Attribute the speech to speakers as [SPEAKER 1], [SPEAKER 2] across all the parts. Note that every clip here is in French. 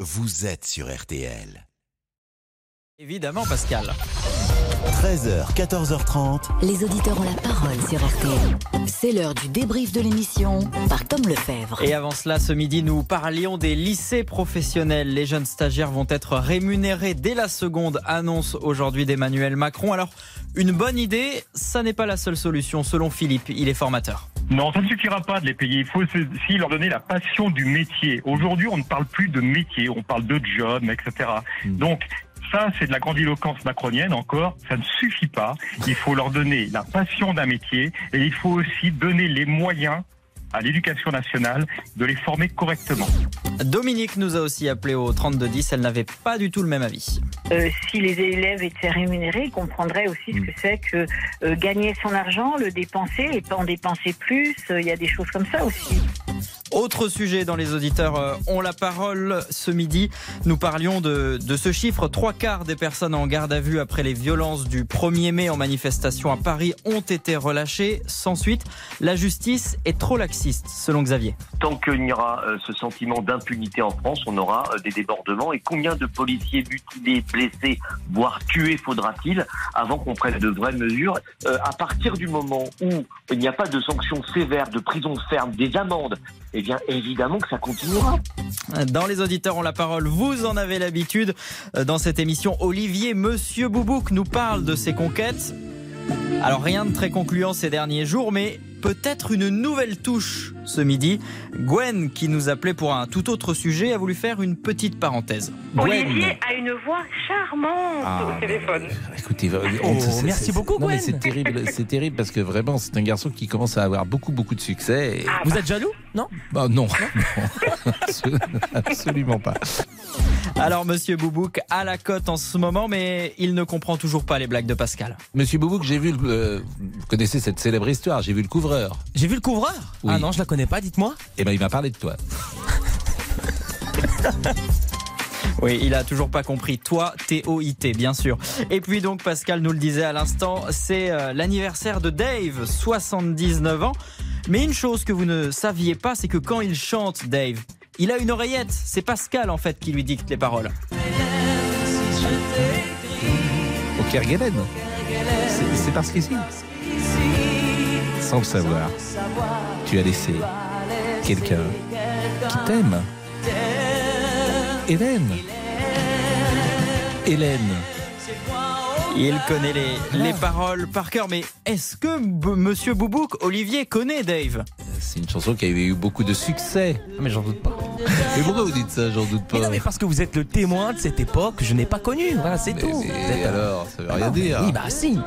[SPEAKER 1] vous êtes sur RTL.
[SPEAKER 2] Évidemment, Pascal.
[SPEAKER 1] 13h, 14h30.
[SPEAKER 3] Les auditeurs ont la parole sur RTL. C'est l'heure du débrief de l'émission par Tom Lefebvre.
[SPEAKER 2] Et avant cela, ce midi, nous parlions des lycées professionnels. Les jeunes stagiaires vont être rémunérés dès la seconde annonce aujourd'hui d'Emmanuel Macron. Alors, une bonne idée, ça n'est pas la seule solution, selon Philippe, il est formateur.
[SPEAKER 4] Non, ça ne suffira pas de les payer. Il faut aussi leur donner la passion du métier. Aujourd'hui, on ne parle plus de métier, on parle de job, etc. Donc, ça, c'est de la grandiloquence macronienne encore. Ça ne suffit pas. Il faut leur donner la passion d'un métier et il faut aussi donner les moyens à l'éducation nationale de les former correctement.
[SPEAKER 2] Dominique nous a aussi appelé au 3210, elle n'avait pas du tout le même avis.
[SPEAKER 5] Euh, si les élèves étaient rémunérés, ils comprendraient aussi ce que c'est que euh, gagner son argent, le dépenser et pas en dépenser plus. Euh, Il y a des choses comme ça aussi.
[SPEAKER 2] Autre sujet dans les auditeurs euh, ont la parole. Ce midi, nous parlions de, de ce chiffre. Trois quarts des personnes en garde à vue après les violences du 1er mai en manifestation à Paris ont été relâchées sans suite. La justice est trop laxiste, selon Xavier.
[SPEAKER 6] tant qu'il y aura euh, ce sentiment d'impunité en France, on aura euh, des débordements. Et combien de policiers mutilés, blessés, voire tués faudra-t-il avant qu'on prenne de vraies mesures Euh, À partir du moment où il n'y a pas de sanctions sévères, de prison ferme, des amendes, eh bien évidemment que ça continuera.
[SPEAKER 2] Dans les auditeurs ont la parole, vous en avez l'habitude. Euh, Dans cette émission, Olivier Monsieur Boubouk nous parle de ses conquêtes. Alors rien de très concluant ces derniers jours, mais peut-être une nouvelle touche ce midi. Gwen, qui nous appelait pour un tout autre sujet, a voulu faire une petite parenthèse.
[SPEAKER 7] Olivier a une voix charmante
[SPEAKER 8] Ah,
[SPEAKER 7] au téléphone.
[SPEAKER 8] Écoutez,
[SPEAKER 9] Oh, merci beaucoup,
[SPEAKER 8] Non, mais
[SPEAKER 9] Gwen.
[SPEAKER 8] c'est terrible, c'est terrible parce que vraiment, c'est un garçon qui commence à avoir beaucoup, beaucoup de succès. et-
[SPEAKER 7] Ah.
[SPEAKER 9] Vous êtes jaloux Non
[SPEAKER 8] Bah, non, Non. absolument pas.
[SPEAKER 2] Alors Monsieur Boubouk a la cote en ce moment, mais il ne comprend toujours pas les blagues de Pascal.
[SPEAKER 8] Monsieur Boubouk, j'ai vu. le- euh, vous connaissez cette célèbre histoire J'ai vu le couvreur.
[SPEAKER 9] J'ai vu le couvreur
[SPEAKER 8] Oui.
[SPEAKER 9] Ah non, je la connais pas, dites-moi.
[SPEAKER 8] Et ben, il m'a parlé de toi.
[SPEAKER 2] Oui, il a toujours pas compris. Toi, T-O-I-T, bien sûr. Et puis donc, Pascal nous le disait à l'instant, c'est euh, l'anniversaire de Dave, 79 ans. Mais une chose que vous ne saviez pas, c'est que quand il chante, Dave, il a une oreillette. C'est Pascal, en fait, qui lui dicte les paroles.
[SPEAKER 8] Au Kerguelen. C'est c'est parce qu'ici. Sans le savoir, tu as laissé quelqu'un qui t'aime. Hélène. Hélène.
[SPEAKER 2] Il connaît les, les
[SPEAKER 9] Ah.
[SPEAKER 2] paroles par cœur. Mais est-ce que B- Monsieur Boubouk, Olivier, connaît Dave
[SPEAKER 8] C'est une chanson qui avait eu beaucoup de succès.
[SPEAKER 9] Ah, mais j'en doute pas.
[SPEAKER 8] Mais pourquoi vous dites ça J'en doute pas.
[SPEAKER 9] Mais non, mais parce que vous êtes le témoin de cette époque que je n'ai pas connue. Voilà, c'est
[SPEAKER 8] Mais-
[SPEAKER 9] tout.
[SPEAKER 8] mais
[SPEAKER 9] Vous êtes-
[SPEAKER 8] alors, ça veut rien
[SPEAKER 9] Non, mais
[SPEAKER 2] Ah.
[SPEAKER 8] dire.
[SPEAKER 9] Oui, bah si.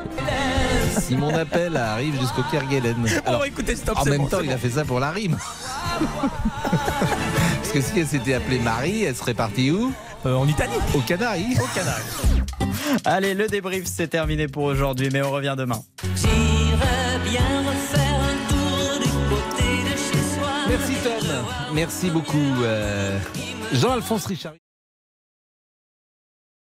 [SPEAKER 8] Si mon appel arrive jusqu'au Kerguelen. Alors,
[SPEAKER 9] Alors, écoutez, stop,
[SPEAKER 8] en
[SPEAKER 9] Ah, c'est
[SPEAKER 8] même
[SPEAKER 9] bon,
[SPEAKER 8] temps,
[SPEAKER 9] c'est
[SPEAKER 8] il a
[SPEAKER 9] bon.
[SPEAKER 8] fait ça pour la rime. Parce que si elle s'était appelée Marie, elle serait partie où
[SPEAKER 9] Euh, en Italie.
[SPEAKER 8] Au Canaries.
[SPEAKER 2] Allez, le débrief, c'est terminé pour aujourd'hui, mais on revient demain.
[SPEAKER 8] Merci Tom. Merci beaucoup. euh, Jean-Alphonse Richard.